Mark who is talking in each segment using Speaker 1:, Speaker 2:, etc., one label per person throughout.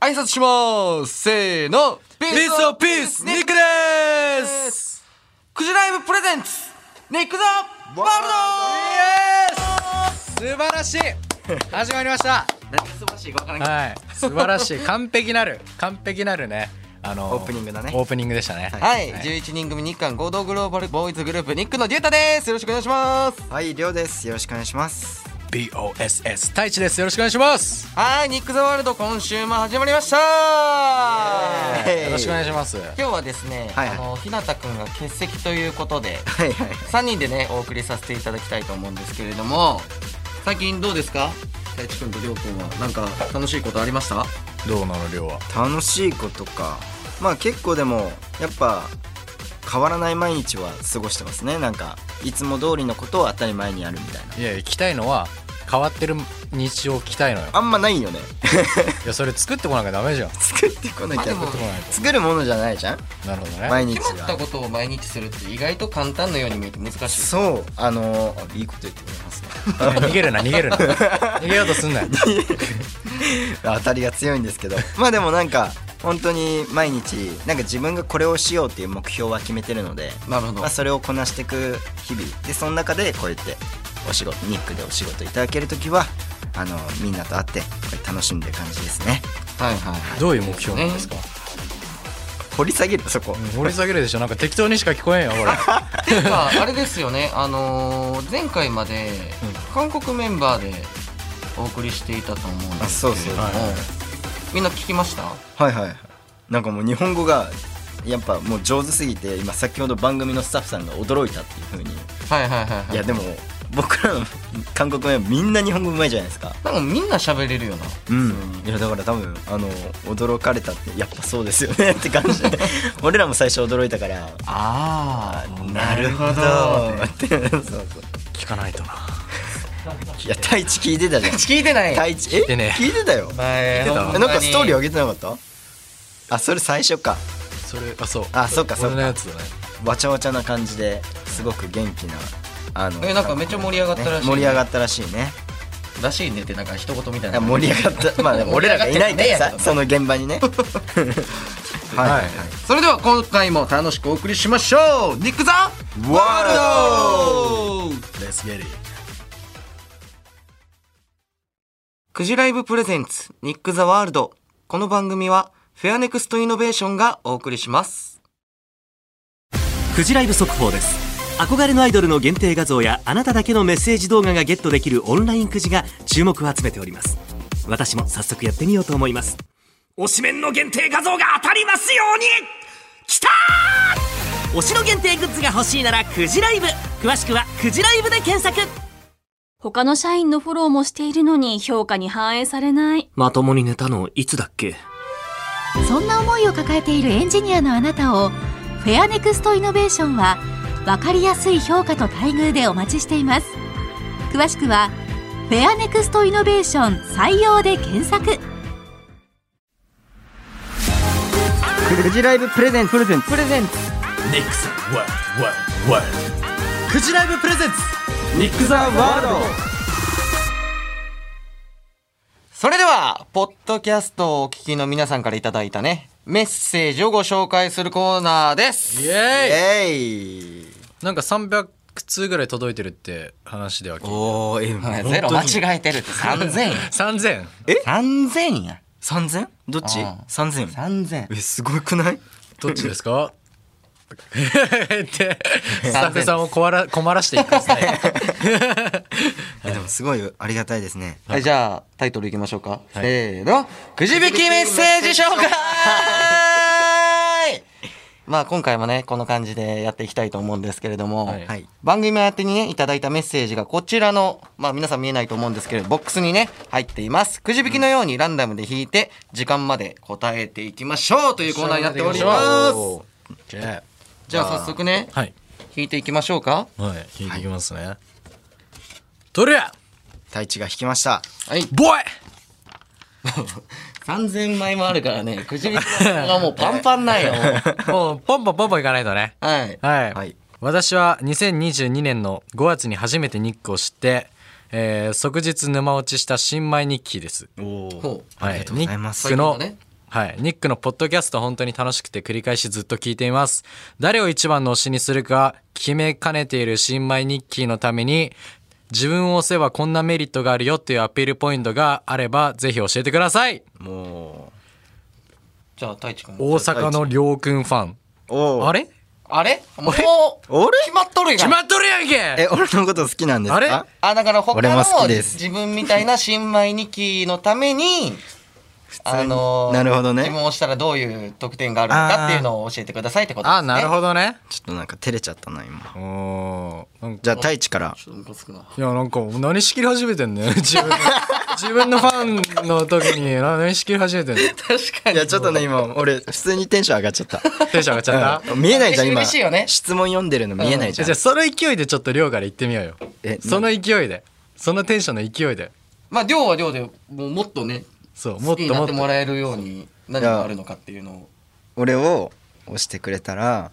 Speaker 1: 挨拶しますせーのピ
Speaker 2: ピースオピースニックです
Speaker 1: クジライブプレゼンツニック・ザ・ワール
Speaker 2: 素晴らしい始まりました
Speaker 1: ド何が素晴らしいかわからない
Speaker 2: はい素晴ら しい完璧なる完璧なるねあの
Speaker 1: オープニングだね
Speaker 2: オープニングでしたね
Speaker 1: はい、11人組日韓合同グローバルボーイズグループニックのデュータですよろしくお願いします
Speaker 3: はい、りょうです。よろしくお願いします。
Speaker 2: BOSS 太一ですよろしくお願いします
Speaker 1: はいニック・ザ・ワールド今週も始まりました
Speaker 3: イエーイ
Speaker 2: よろしくお願いします
Speaker 1: 今日はですね、
Speaker 3: はいはい
Speaker 1: あの日向くんが欠席ということで
Speaker 3: はいはい。
Speaker 1: 3人でねお送りさせていただきたいと思うんですけれども最近どうですか太一くんとりょうくんはなんか楽しいことありました
Speaker 2: どうなの量は
Speaker 3: 楽しいことか。まあ結構でも、やっぱ、変わらない毎日は過ごしてますね。なんか、いつも通りのことを当たり前にやるみたいな。
Speaker 2: いや行きたいのは変わってる日常を着たいのよ
Speaker 3: あんまないよね。
Speaker 2: いやそれ作ってこなきゃダメじゃん
Speaker 3: 作ってこなき
Speaker 1: あで
Speaker 3: ゃ
Speaker 1: も。
Speaker 2: 作ってこないと
Speaker 3: 作るものじゃないじゃん
Speaker 2: なるほどね
Speaker 3: 毎日
Speaker 1: 決まった
Speaker 3: は。
Speaker 1: ことを毎日するって意外と簡単なように見えて難しい
Speaker 3: そう、あのーあいいこと言ってくれますね。
Speaker 2: 逃げるな逃げる な逃げようとすんなよ
Speaker 3: 当たりが強いんですけどまあでもなんか本当に毎日なんか自分がこれをしようっていう目標は決めてるので、
Speaker 1: なるほど
Speaker 3: まあ、それをこなしていく日々でその中でこうやってお仕事ニックでお仕事いただける時はあのみんなと会ってこれ楽しんでる感じですね
Speaker 1: はいはい
Speaker 2: どういう目標なんですか、
Speaker 3: 掘り下げるそこ
Speaker 2: 掘り下げるでしょなんか適当にしか聞こえんよこれ
Speaker 1: てかあれですよね あのー前回まで韓国メンバーでお送りしていたと思うんで
Speaker 3: あ
Speaker 1: す
Speaker 3: そうそう、
Speaker 2: はい
Speaker 1: みんな聞きました
Speaker 3: はいはいはいなんかもう日本語がやっぱもう上手すぎて今先ほど番組のスタッフさんが驚いたっていうふうに
Speaker 1: はいはいはいはい
Speaker 3: いやでも僕らの 韓国メンバーみんな日本語うまいじゃないですか
Speaker 1: なんかみんな喋れるよな
Speaker 3: うん、いやだから多分あの驚かれたってやっぱそうですよねって感じ で俺らも最初驚いたから
Speaker 1: ああなる ほど
Speaker 3: って そうそう
Speaker 2: 聞かないとない
Speaker 3: や太一聞いてたじゃん
Speaker 1: 聞いてない
Speaker 3: 太一え
Speaker 2: てねえ
Speaker 3: 聞いてたよ
Speaker 1: 前
Speaker 2: た
Speaker 1: ほんま
Speaker 3: え
Speaker 1: に
Speaker 3: なんかストーリー上げてなかったあそれ最初か
Speaker 2: それあそう
Speaker 3: あそっかそっ
Speaker 2: 俺
Speaker 3: か
Speaker 2: のやつだね
Speaker 3: わちゃわちゃな感じですごく元気なあの
Speaker 1: えなんかめっちゃ盛り上がったらしいね
Speaker 3: ね盛り上がったらしいね
Speaker 1: らしいねってなんか一言みたいな
Speaker 3: いや盛り上がったまあでも俺らがいないから
Speaker 1: 盛り上がってねえやけ
Speaker 3: さ
Speaker 1: ど
Speaker 3: その現場にねはいはいはい
Speaker 1: それでは今回も楽しくお送りしましょうニック・ザ・ワールド
Speaker 2: Let's get it
Speaker 1: クジライブプレゼンツニック・ザ・ワールドこの番組はフェアネクストイノベーションがお送りします
Speaker 4: フジライブ速報です憧れのアイドルの限定画像やあなただけのメッセージ動画がゲットできるオンラインくじが注目を集めております私も早速やってみようと思います推しメンの限定画像が当たりますようにきたー推しの限定グッズが欲しいならくじライブ詳しくはくじライブで検索
Speaker 5: 他の社員のフォローもしているのに評価に反映されない。
Speaker 4: まともに寝たのいつだっけ
Speaker 6: そんな思いを抱えているエンジニアのあなたをフェアネクストイノベーションは分かりやすい評価と待遇でお待ちしています詳しくはフェアネクストイノベーション採用で検索
Speaker 3: フジライブプレゼンツプレゼンツプレゼンツ
Speaker 4: ニックスワールワール
Speaker 3: フジライブプレゼンツ
Speaker 4: ニックザワールド
Speaker 1: それではポッドキャストをお聞きの皆さんからいただいたねメッセージをご紹介するコーナーです
Speaker 2: イエー
Speaker 3: えい
Speaker 2: イなんか300通ぐらい届いてるって話では聞い
Speaker 3: おおえ
Speaker 1: はい
Speaker 3: え
Speaker 1: ゼロ間違えてるって3000円
Speaker 2: 3000
Speaker 1: え3000や
Speaker 3: 三千どっち
Speaker 1: うん
Speaker 3: 三千
Speaker 1: 3000
Speaker 3: えすごくない
Speaker 2: どっちです かってスタッフさんを困ら困らしていくんです ね
Speaker 3: えでもすごいありがたいですね
Speaker 1: はい、じゃあタイトルいきましょうか。せーの、くじ引きメッセージ紹 介まあ今回もね、この感じでやっていきたいと思うんですけれども、
Speaker 2: はい
Speaker 3: はい
Speaker 1: 番組宛てにね、いただいたメッセージがこちらの、まあ皆さん見えないと思うんですけれど、ボックスにね、入っています。くじ引きのようにランダムで引いて、時間まで答えていきましょうというコーナーになっております。
Speaker 2: じゃ
Speaker 1: じゃあ早速ね、
Speaker 2: あはい
Speaker 1: 引いていきましょうか。
Speaker 2: はい引いていきますねとりあ
Speaker 3: 太一が引きました
Speaker 1: はい。
Speaker 2: ボーイ
Speaker 1: 3000枚もあるからね、くじ引きがもうパンパン なんよ。もう
Speaker 2: もうポンポンポンポンいかないとね
Speaker 1: はい。
Speaker 2: はい、
Speaker 3: はい
Speaker 2: 私は2022年の5月に初めて日光を知って、えー即日沼落ちした新米日記です。
Speaker 3: おお
Speaker 1: ほう
Speaker 2: はい、
Speaker 3: りがとうございます
Speaker 2: 日記の
Speaker 1: 最近のね
Speaker 2: はい。ニックのポッドキャスト本当に楽しくて繰り返しずっと聞いています。誰を一番の推しにするか決めかねている新米ニッキーのために、自分を押せばこんなメリットがあるよっていうアピールポイントがあれば、ぜひ教えてください
Speaker 3: も
Speaker 1: じゃあ太一君
Speaker 2: 大阪のりょうくんファン。
Speaker 3: うおう
Speaker 2: あれ
Speaker 1: あれもう
Speaker 3: あれ
Speaker 1: 決まっとるや
Speaker 2: 決
Speaker 1: ん
Speaker 2: まっとるやんけ
Speaker 3: え俺のこと好きなんですか
Speaker 2: あれ
Speaker 1: あだから他
Speaker 3: 俺も
Speaker 1: の
Speaker 3: 好きです
Speaker 1: 自分みたいな新米日記のためにあの
Speaker 3: なるほどね
Speaker 1: 自分をしたらどういう得点があるのかっていうのを教えてくださいってことですね
Speaker 2: あ、なるほどね。
Speaker 3: ちょっとなんか照れちゃったな今
Speaker 2: おーなんか
Speaker 3: じゃあ太一から
Speaker 1: ちょっとムカつくない
Speaker 2: やなんか何仕切り始めてんね自分の自分のファンの時に何仕切り始めてんの
Speaker 1: 確か
Speaker 3: い
Speaker 1: に
Speaker 3: やちょっとね今俺普通にテンション上がっちゃった
Speaker 2: テンション上がっちゃった、
Speaker 3: うん見えないじゃん今
Speaker 1: 嬉しいよね
Speaker 3: 質問読んでるの見えない
Speaker 2: じ
Speaker 3: じゃん
Speaker 2: ゃあその勢いでちょっと量から言ってみようよ
Speaker 3: え
Speaker 2: その勢いでそのテンションの勢いで
Speaker 1: まあ量は量でもうもっとね
Speaker 2: そうも
Speaker 1: 好
Speaker 2: っ
Speaker 1: きに
Speaker 2: と
Speaker 1: な
Speaker 2: も
Speaker 1: っ
Speaker 2: ってと
Speaker 1: もらえるように何があるのかっていうのを
Speaker 3: 俺を押してくれたら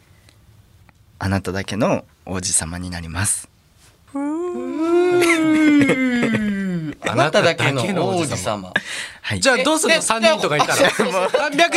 Speaker 3: あなただけの王子様になります
Speaker 1: あなただけの王子様
Speaker 3: はい
Speaker 2: じゃあどうするの
Speaker 1: え
Speaker 2: 3人とかいたら
Speaker 1: で
Speaker 2: 300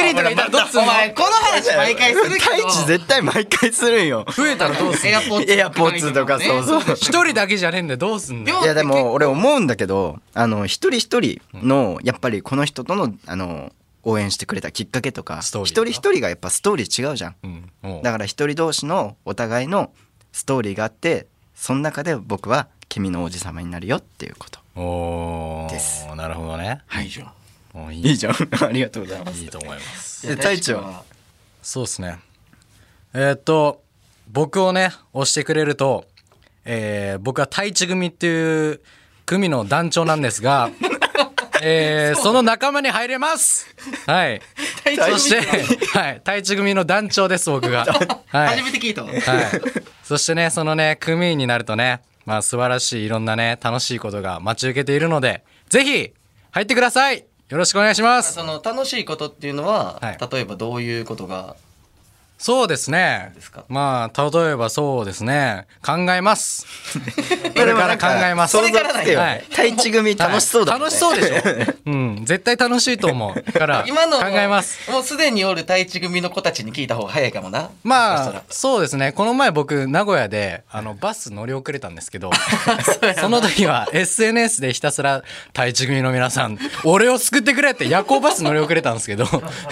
Speaker 2: 人とかいたらどうす
Speaker 1: お
Speaker 2: るの
Speaker 1: 前この話毎回するけど
Speaker 3: 太一絶対毎回するんよ
Speaker 2: 増えたらどうする
Speaker 1: エアポッツ
Speaker 3: エアポッツとかそうそう
Speaker 2: 一人だけじゃねえんだよどうすんの
Speaker 1: 量
Speaker 3: いやでも俺思うんだけどあの一人一人のやっぱりこの人とのあの応援してくれたきっかけとか
Speaker 2: ストー
Speaker 3: 一
Speaker 2: リー
Speaker 3: 人一人がやっぱストーリー違うじゃん
Speaker 2: うんもう
Speaker 3: だから一人同士のお互いのストーリーがあってその中で僕は君の王子様になるよっていうこと
Speaker 2: お
Speaker 3: です
Speaker 2: ーなるほどね
Speaker 1: はいじゃん
Speaker 2: もうい
Speaker 3: いい
Speaker 2: い
Speaker 3: じゃん ありがとうございます
Speaker 2: いいと思います
Speaker 3: で太一は
Speaker 2: そうですね。えーっと、僕をね、押してくれると、えー僕は太一組っていう組の団長なんですが、えーその仲間に入れますはい。
Speaker 1: 太
Speaker 2: そし
Speaker 1: 一
Speaker 2: て、
Speaker 1: は
Speaker 2: はい。太一組の団長です、僕 が。はい
Speaker 1: 初。めて聞いたわ
Speaker 2: はい。そしてね、そのね、組員になるとね、まあ素晴らしいいろんなね、楽しいことが待ち受けているので、ぜひ、入ってくださいよろしくお願いします
Speaker 1: その楽しいことっていうのは、
Speaker 2: はい
Speaker 1: 例えばどういうことが
Speaker 2: そうですね。
Speaker 1: ですか
Speaker 2: まあ、例えばそうですね。考えます。
Speaker 3: いやでも
Speaker 2: これから考えます
Speaker 3: 想像つけよ
Speaker 2: はい
Speaker 3: 太一組楽しそうだ
Speaker 2: はい
Speaker 3: もんね
Speaker 2: 楽しそうでしょ。う ん。絶対楽しいと思う。だから、
Speaker 1: 今の
Speaker 2: 考えます。
Speaker 1: もうすでにおる太一組の子たちに聞いた方が早いかもな
Speaker 2: まあ、そうですね。この前僕、名古屋で、あの、バス乗り遅れたんですけど、 その時は SNS でひたすら、太一組の皆さん、俺を救ってくれって夜行バス乗り遅れたんですけど、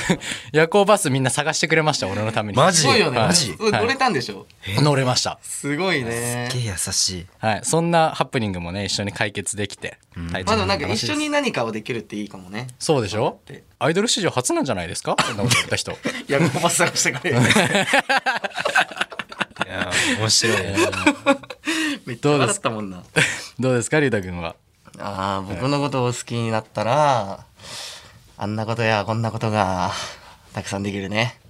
Speaker 2: 夜行バスみんな探してくれました、俺のために。マ
Speaker 1: すごいよね、
Speaker 2: はい
Speaker 1: うん乗れたんでしょ、
Speaker 2: 乗れました。
Speaker 1: すごいね
Speaker 3: すげえ優しい
Speaker 2: はい、そんなハプニングもね一緒に解決できて、体調
Speaker 1: まあで
Speaker 2: も
Speaker 1: もなんか
Speaker 2: 楽しい
Speaker 1: 一
Speaker 2: で
Speaker 1: 緒
Speaker 2: す
Speaker 1: に何かをできるっていいかもね
Speaker 2: そうでしょアイドル史上初なんじゃないですかそんなこと言った人
Speaker 1: いやコバ探してくれ
Speaker 3: いや面白い
Speaker 1: めっちゃ笑ったもんな
Speaker 2: どうですかリュウタ君は
Speaker 1: ああ僕のことを好きになったら、あんなことやこんなことがたくさんできるね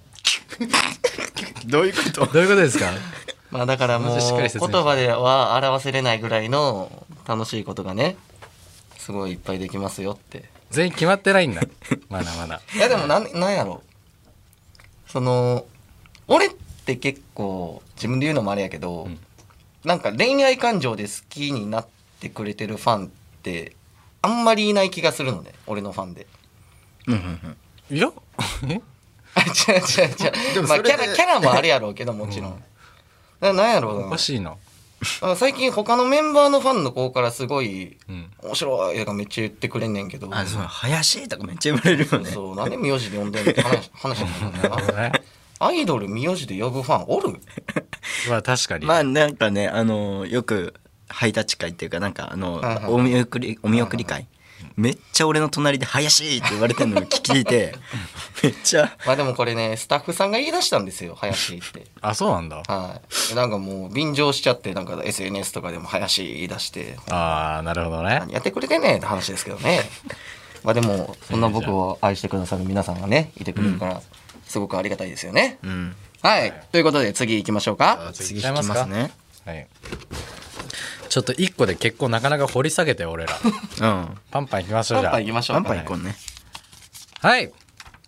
Speaker 3: どういうこと
Speaker 2: どういうことですか
Speaker 1: まあだからもう
Speaker 2: まずしっかり
Speaker 1: 言
Speaker 2: 説明して
Speaker 1: 葉では表せれないぐらいの楽しいことがねすごいいっぱいできますよって
Speaker 2: 全員決まってないんだまだまだ
Speaker 1: いやでもなんなんやろその俺って結構自分で言うのもあれやけど、なんか恋愛感情で好きになってくれてるファンってあんまりいない気がするのね俺のファンで。
Speaker 2: いやえ
Speaker 1: あ違う違う違う、まあ、キャラキャラもあるやろうけどもちろん。ななんやろう
Speaker 2: おか
Speaker 1: な
Speaker 2: しいな
Speaker 1: あ最近他のメンバーのファンの子からすごい
Speaker 2: うん
Speaker 1: 面白い映画めっちゃ言ってくれんねんけど
Speaker 3: あそう林とかめっちゃ言われるよね
Speaker 1: そうなんで名字で呼んでんのって話話になるんだ な
Speaker 2: ね
Speaker 1: アイドル名字で呼ぶファンおる
Speaker 2: まあ確かに、
Speaker 3: まあなんかねあのよくハイタッチ会っていうかなんかあの
Speaker 1: はいはい
Speaker 3: お見送りお見送り会めっちゃ俺の隣で「林!」って言われてるのを聞い てめっちゃ
Speaker 1: まあでもこれねスタッフさんが言い出したんですよ林って
Speaker 2: あそうなんだ
Speaker 1: はいなんかもう便乗しちゃってなんか SNS とかでも林言い出して
Speaker 2: ああなるほどね
Speaker 1: 何やってくれてんねんって話ですけどねまあでもそんな僕を愛してくださる皆さんがねいてくれるからすごくありがたいですよね、
Speaker 3: うん
Speaker 1: はいということで次行きましょうか
Speaker 3: 次聞きますね
Speaker 2: はいちょっと一個で結構なかなか掘り下げて俺ら
Speaker 3: うん
Speaker 2: パンパンいきましょ
Speaker 1: パ
Speaker 2: うじ
Speaker 1: ン
Speaker 2: ゃあ
Speaker 1: パン行きましょ
Speaker 3: パ
Speaker 1: う
Speaker 3: ン
Speaker 1: か
Speaker 3: パン行こうね
Speaker 2: はい、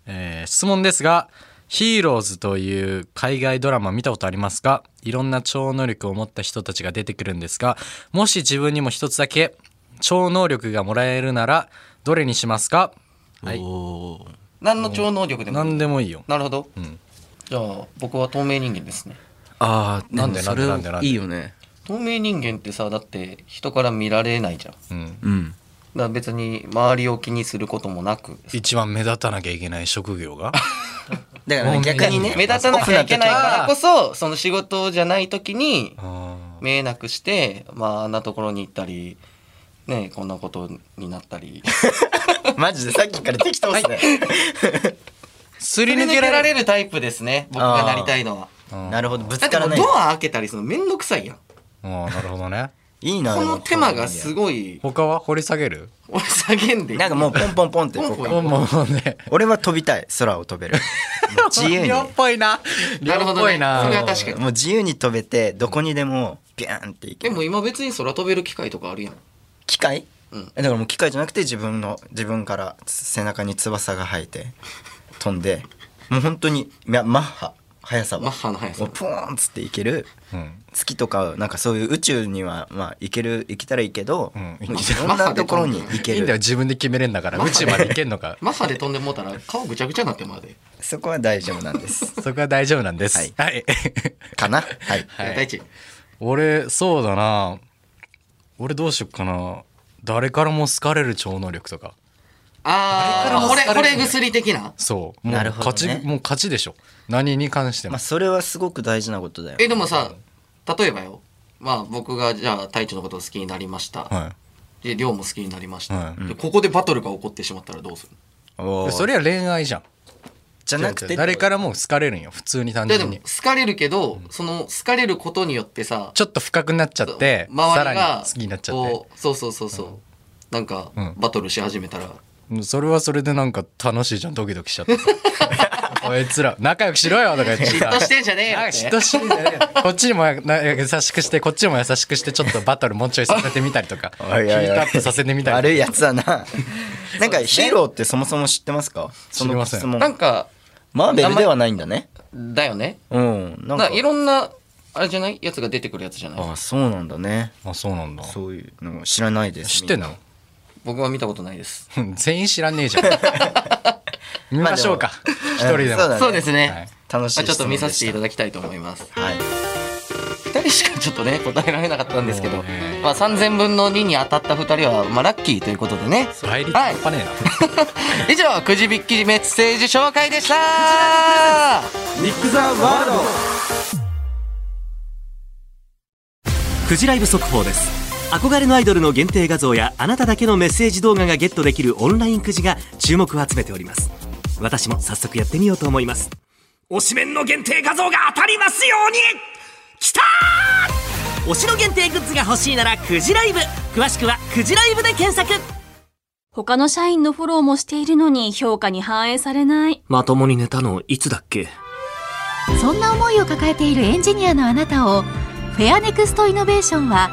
Speaker 2: えー質問ですが「ヒーローズという海外ドラマ見たことありますかいろんな超能力を持った人たちが出てくるんですがもし自分にも一つだけ超能力がもらえるならどれにしますかはい、
Speaker 1: 何の超能力でも
Speaker 2: 何でもいいよ。
Speaker 1: なるほど
Speaker 2: うん。
Speaker 1: じゃあ僕は透明人間ですね
Speaker 7: ああ
Speaker 2: なんでなんでなんでなんで
Speaker 7: いいよね
Speaker 1: 透明人間ってさだって人から見られないじゃんだか
Speaker 2: うん。
Speaker 7: うん
Speaker 1: ら別に周りを気にすることもなく
Speaker 2: 一番目立たなきゃいけない職業が。
Speaker 3: だからね逆にね
Speaker 1: 目立たなきゃいけないからこそその仕事じゃない時に
Speaker 2: あ
Speaker 1: 見えなくしてまああんなところに行ったりねこんなことになったり
Speaker 3: マジでさっきから適当ですね、
Speaker 2: ーすり
Speaker 1: 振り
Speaker 2: 抜
Speaker 1: 抜
Speaker 2: け
Speaker 1: け
Speaker 2: ら
Speaker 1: ら
Speaker 2: れ
Speaker 1: れ
Speaker 2: る。
Speaker 1: るタイプですね僕がなりたいのは
Speaker 3: なるほど
Speaker 1: だ
Speaker 3: ぶつ
Speaker 1: って
Speaker 3: か
Speaker 1: も
Speaker 3: ら
Speaker 1: う
Speaker 3: ない
Speaker 1: ドア開けたりするのめんどくさいやん
Speaker 2: ああ、なるほどね。
Speaker 3: いいな
Speaker 1: この手間がす
Speaker 3: ご
Speaker 1: ごい
Speaker 2: 他は掘り下げる。
Speaker 1: 俺叫んでいい
Speaker 3: なんかもうポンポンポンってこう
Speaker 1: ポンポン
Speaker 3: か
Speaker 2: もうもうね。
Speaker 3: 俺は飛びたい空を 飛べるもう自由に
Speaker 2: 量っぽいな。
Speaker 1: なるほ
Speaker 2: 量っ
Speaker 1: ど
Speaker 2: ぽ
Speaker 1: ね
Speaker 2: いな。
Speaker 1: それは確かに
Speaker 3: もう自由に飛べてどこにでもビャーンって行け
Speaker 1: で
Speaker 3: る
Speaker 1: も今別に空飛べる機会とかあるやん
Speaker 3: 機械、
Speaker 1: ん
Speaker 3: えだからもう機械じゃなくて自分の自分から背中に翼が生えて飛んでもう本当にいやマッハ速さは
Speaker 1: マッハの速さ
Speaker 3: もうポーンっつっていける
Speaker 2: うん。
Speaker 3: 月とかなんかそういう宇宙にはまあ行ける行けたらいいけど、
Speaker 2: うん
Speaker 3: もう
Speaker 2: 行
Speaker 3: い
Speaker 2: け
Speaker 1: たら
Speaker 3: ろんなところに行
Speaker 2: い
Speaker 3: け
Speaker 2: いんだよ
Speaker 3: る
Speaker 2: 自分で決めれんだから宇宙まで行けんの か
Speaker 1: マッハで飛んでもうたら顔ぐちゃぐちゃになってまうで
Speaker 3: そこは大丈夫なんです
Speaker 2: そこは大丈夫なんです
Speaker 3: はい
Speaker 2: はい、
Speaker 3: かなはい、
Speaker 1: 大地
Speaker 2: 俺そうだな俺どうしよっかな誰からも好かれる超能力とか
Speaker 1: ああこれこれ薬的な
Speaker 2: そうもう
Speaker 3: なるほどね
Speaker 2: 勝ち、もう勝ちでしょ何に関して
Speaker 3: ま
Speaker 2: も
Speaker 3: あ、それはすごく大事なことだよ
Speaker 1: えでもさ例えばよまあ僕がじゃあ隊長のことを好きになりました、
Speaker 2: は
Speaker 1: で亮も好きになりました、
Speaker 2: はい
Speaker 1: でここでバトルが起こってしまったらどうする
Speaker 2: い
Speaker 3: おー
Speaker 2: それは恋愛じゃん
Speaker 3: じゃなくて
Speaker 2: 誰からも好かれるんよ普通に単
Speaker 1: でで
Speaker 2: 純
Speaker 1: も
Speaker 2: に
Speaker 1: 好かれるけど、その好かれることによってさ
Speaker 2: ちょっと深くなっちゃってさ
Speaker 1: 周
Speaker 2: ら
Speaker 1: り
Speaker 2: に
Speaker 1: が
Speaker 2: 好きになっちゃって
Speaker 1: こうそうそうそうそう、なんか、
Speaker 2: うん
Speaker 1: バトルし始めたら
Speaker 2: うんそれはそれでなんか楽しいじゃんドキドキしちゃって さあいつら仲良くしろよとか言って
Speaker 1: 嫉
Speaker 2: さ
Speaker 1: 妬してんじゃねえよ
Speaker 2: あ
Speaker 1: って
Speaker 2: 嫉妬してんじゃねえよこっちにもな優しくしてこっちにも優しくしてちょっとバトルもうちょいさせてみたりとかヒ
Speaker 3: おいおいおい
Speaker 2: ートアップさせてみた
Speaker 3: 悪い
Speaker 2: りとか
Speaker 3: やつだななんかヒーローってそもそも知ってますか
Speaker 2: 知りません
Speaker 3: その質問
Speaker 1: なんか
Speaker 3: マーベルではないんだね
Speaker 1: だよね
Speaker 3: うんなん
Speaker 1: な
Speaker 3: か
Speaker 1: いろんなあれじゃないやつが出てくるやつじゃない
Speaker 3: あそうなんだね
Speaker 2: あそうなんだ
Speaker 3: そういうの知らないです
Speaker 2: 知ってんの
Speaker 1: 僕は見たことないです、
Speaker 2: うん全員知らねえじゃん見ましょうか一人
Speaker 3: う
Speaker 2: でも
Speaker 3: んそうだね
Speaker 1: そうですね、
Speaker 2: はい
Speaker 3: 楽しい
Speaker 1: あちょっと見させていた
Speaker 3: だ
Speaker 1: だきたいと思います
Speaker 3: きはい
Speaker 1: 2人しかちょっとね答えられなかったんですけ
Speaker 2: も
Speaker 1: ど、
Speaker 2: うね
Speaker 1: まあ、3000分の2に当たった2人は、まあ、ラッキーということでね
Speaker 2: 倍率半端ねえ な
Speaker 1: 以上くじ引きメッセージ紹介でした
Speaker 4: くじライブ速報です憧れのアイドルの限定画像やあなただけのメッセージ動画がゲットできるオンラインくじが注目を集めております私も早速やってみようと思います推しメンの限定画像が当たりますようにきたー推しの限定グッズが欲しいならくじライブ詳しくはくじライブで検索
Speaker 5: 他の社員のフォローもしているのに評価に反映されない。
Speaker 4: まともに寝たのいつだっけ
Speaker 6: そんな思いを抱えているエンジニアのあなたをフェアネクストイノベーションは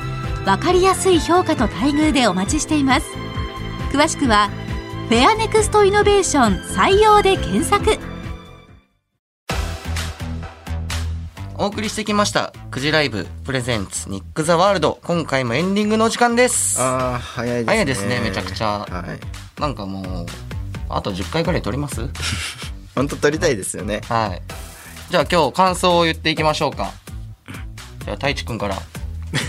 Speaker 6: 分かりやすい評価と待遇でお待ちしています詳しくはフェアネクストイノベーション採用で検索
Speaker 1: お送りしてきました「くじライブプレゼンツニック・ザ・ワールド」今回もエンディングのお時間です
Speaker 3: あー早いですね
Speaker 1: 早いですねめちゃくちゃ
Speaker 3: はい
Speaker 1: なんかもうあと10回ぐらい撮ります
Speaker 3: 本当撮りたいですよね
Speaker 1: はいじゃあ今日感想を言っていきましょうかじゃあ太一くんから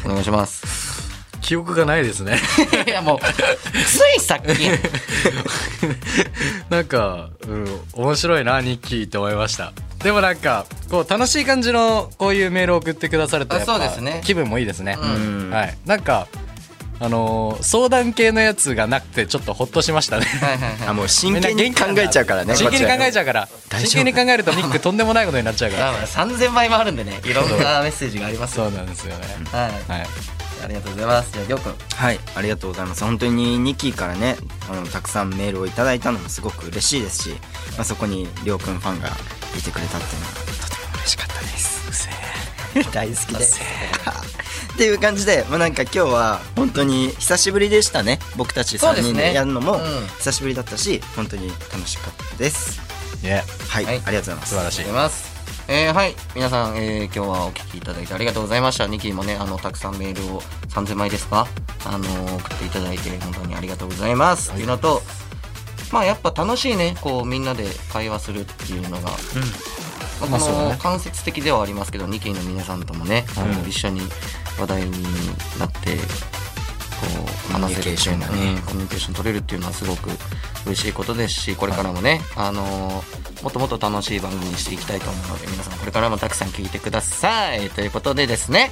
Speaker 1: お願いします
Speaker 2: 記憶がないですね
Speaker 1: いやもうついさっき
Speaker 2: なんか、うん、面白いなニッキーって思いましたでもなんかこう楽しい感じのこういうメールを送ってくださると
Speaker 1: あ
Speaker 2: やっぱ
Speaker 1: そうですね
Speaker 2: 気分もいいですね、
Speaker 1: うん
Speaker 3: うん
Speaker 2: はい、なんか、あのー相談系のやつがなくてちょっとほっとしましたね。
Speaker 1: はいはいはい
Speaker 3: あもう真剣に考えちゃうからね
Speaker 2: 真剣に考えち
Speaker 3: ゃ
Speaker 2: ゃうから真剣に考えるとニックと んでもないことになっちゃうか
Speaker 1: あ
Speaker 2: ら
Speaker 1: まあ3000倍もあるんでねいろんなメッセージがあります
Speaker 2: そ
Speaker 1: よ
Speaker 2: うなんですよね、
Speaker 1: はい
Speaker 2: はい、
Speaker 1: ありがとうございますじゃありょうくん
Speaker 3: はいありがとうございます本当にニッキーからねあのたくさんメールをいただいたのもすごく嬉しいですし、まあ、そこにりょうくんファンがいてくれたっていうのはとても嬉しかったですうせえ 大好きです っていう感じで、まあ、なんか今日は本当に久しぶりでしたね僕たち
Speaker 1: そう
Speaker 3: 3
Speaker 1: ですね
Speaker 3: 人でやるのも
Speaker 1: うん
Speaker 3: 久しぶりだったし、本当に楽しかったです
Speaker 2: ね
Speaker 3: はい、
Speaker 1: はい
Speaker 3: ありがとうございま
Speaker 2: 素
Speaker 3: す
Speaker 2: 晴らし
Speaker 1: ありがとう
Speaker 2: い
Speaker 1: ございます。えーはい皆さん、えー今日はお聞きいただいてありがとうございましたニキもねあのたくさんメールを3000枚ですかあのー送っていただいて本当にありがとうございます、というのとまあやっぱ楽しいねこうみんなで会話するっていうのが、ま
Speaker 2: ま
Speaker 1: あ、
Speaker 2: あ
Speaker 1: こ
Speaker 2: そうだ
Speaker 1: の
Speaker 2: ね
Speaker 1: 間接的ではありますけど2期の皆さんともね、あの一緒に話題になってこう話せるっていうのは
Speaker 3: コミュニケーションが
Speaker 1: ねコミュニケーション取れるっていうのはすごく嬉しいことですしこれからもね、あのーもっともっと楽しい番組にしていきたいと思うので皆さんこれからもたくさん聞いてくださいということでですね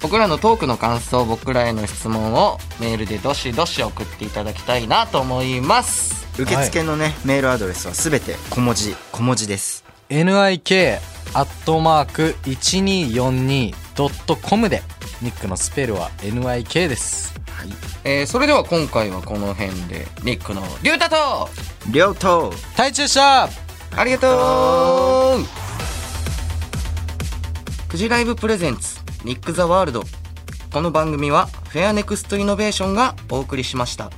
Speaker 1: 僕らのトークの感想僕らへの質問をメールでどしどし送っていただきたいなと思います
Speaker 3: 受付のね、メールアドレスはすべて小文字小文字です
Speaker 2: NIK アットマーク 1242.com でニックのスペルは NIK です
Speaker 1: えーそれでは今回はこの辺でニックのリュウタと
Speaker 3: りょうと
Speaker 2: タイチューシャー
Speaker 1: ありがとうクジライブプレゼンツニック・ザ・ワールドこの番組はフェアネクストイノベーションがお送りしました。